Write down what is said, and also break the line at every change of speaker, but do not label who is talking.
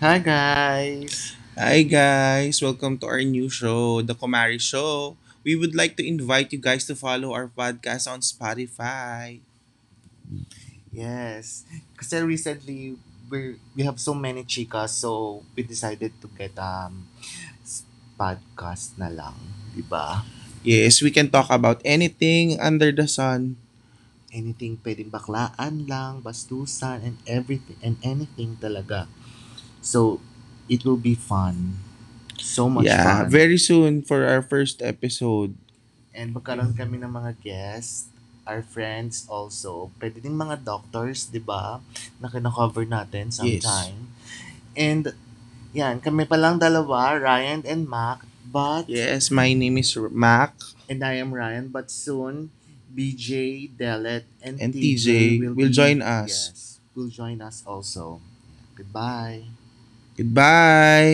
Hi guys.
Hi guys, welcome to our new show, The Kumari Show. We would like to invite you guys to follow our podcast on Spotify.
Yes. Kasi recently we we have so many chicas so we decided to get um s- podcast na lang, 'di ba?
Yes, we can talk about anything under the sun.
Anything pwedeng baklaan lang, bastusan and everything and anything talaga. So it will be fun. So much
Yeah,
fun.
very soon for our first episode.
And magkaroon
Mm.
kami ng mga guests, our friends also. Pwede din mga doctors, 'di ba? Na kino-cover natin
Yes.
sometime. And Yan, kami palang dalawa, Ryan and Mac, but,
Yes, my name is Mac
and I am Ryan, but soon, BJ, Delet, and
and
TJ
TJ
will
will
be,
join us.
yes, will join us also. Goodbye.
Goodbye.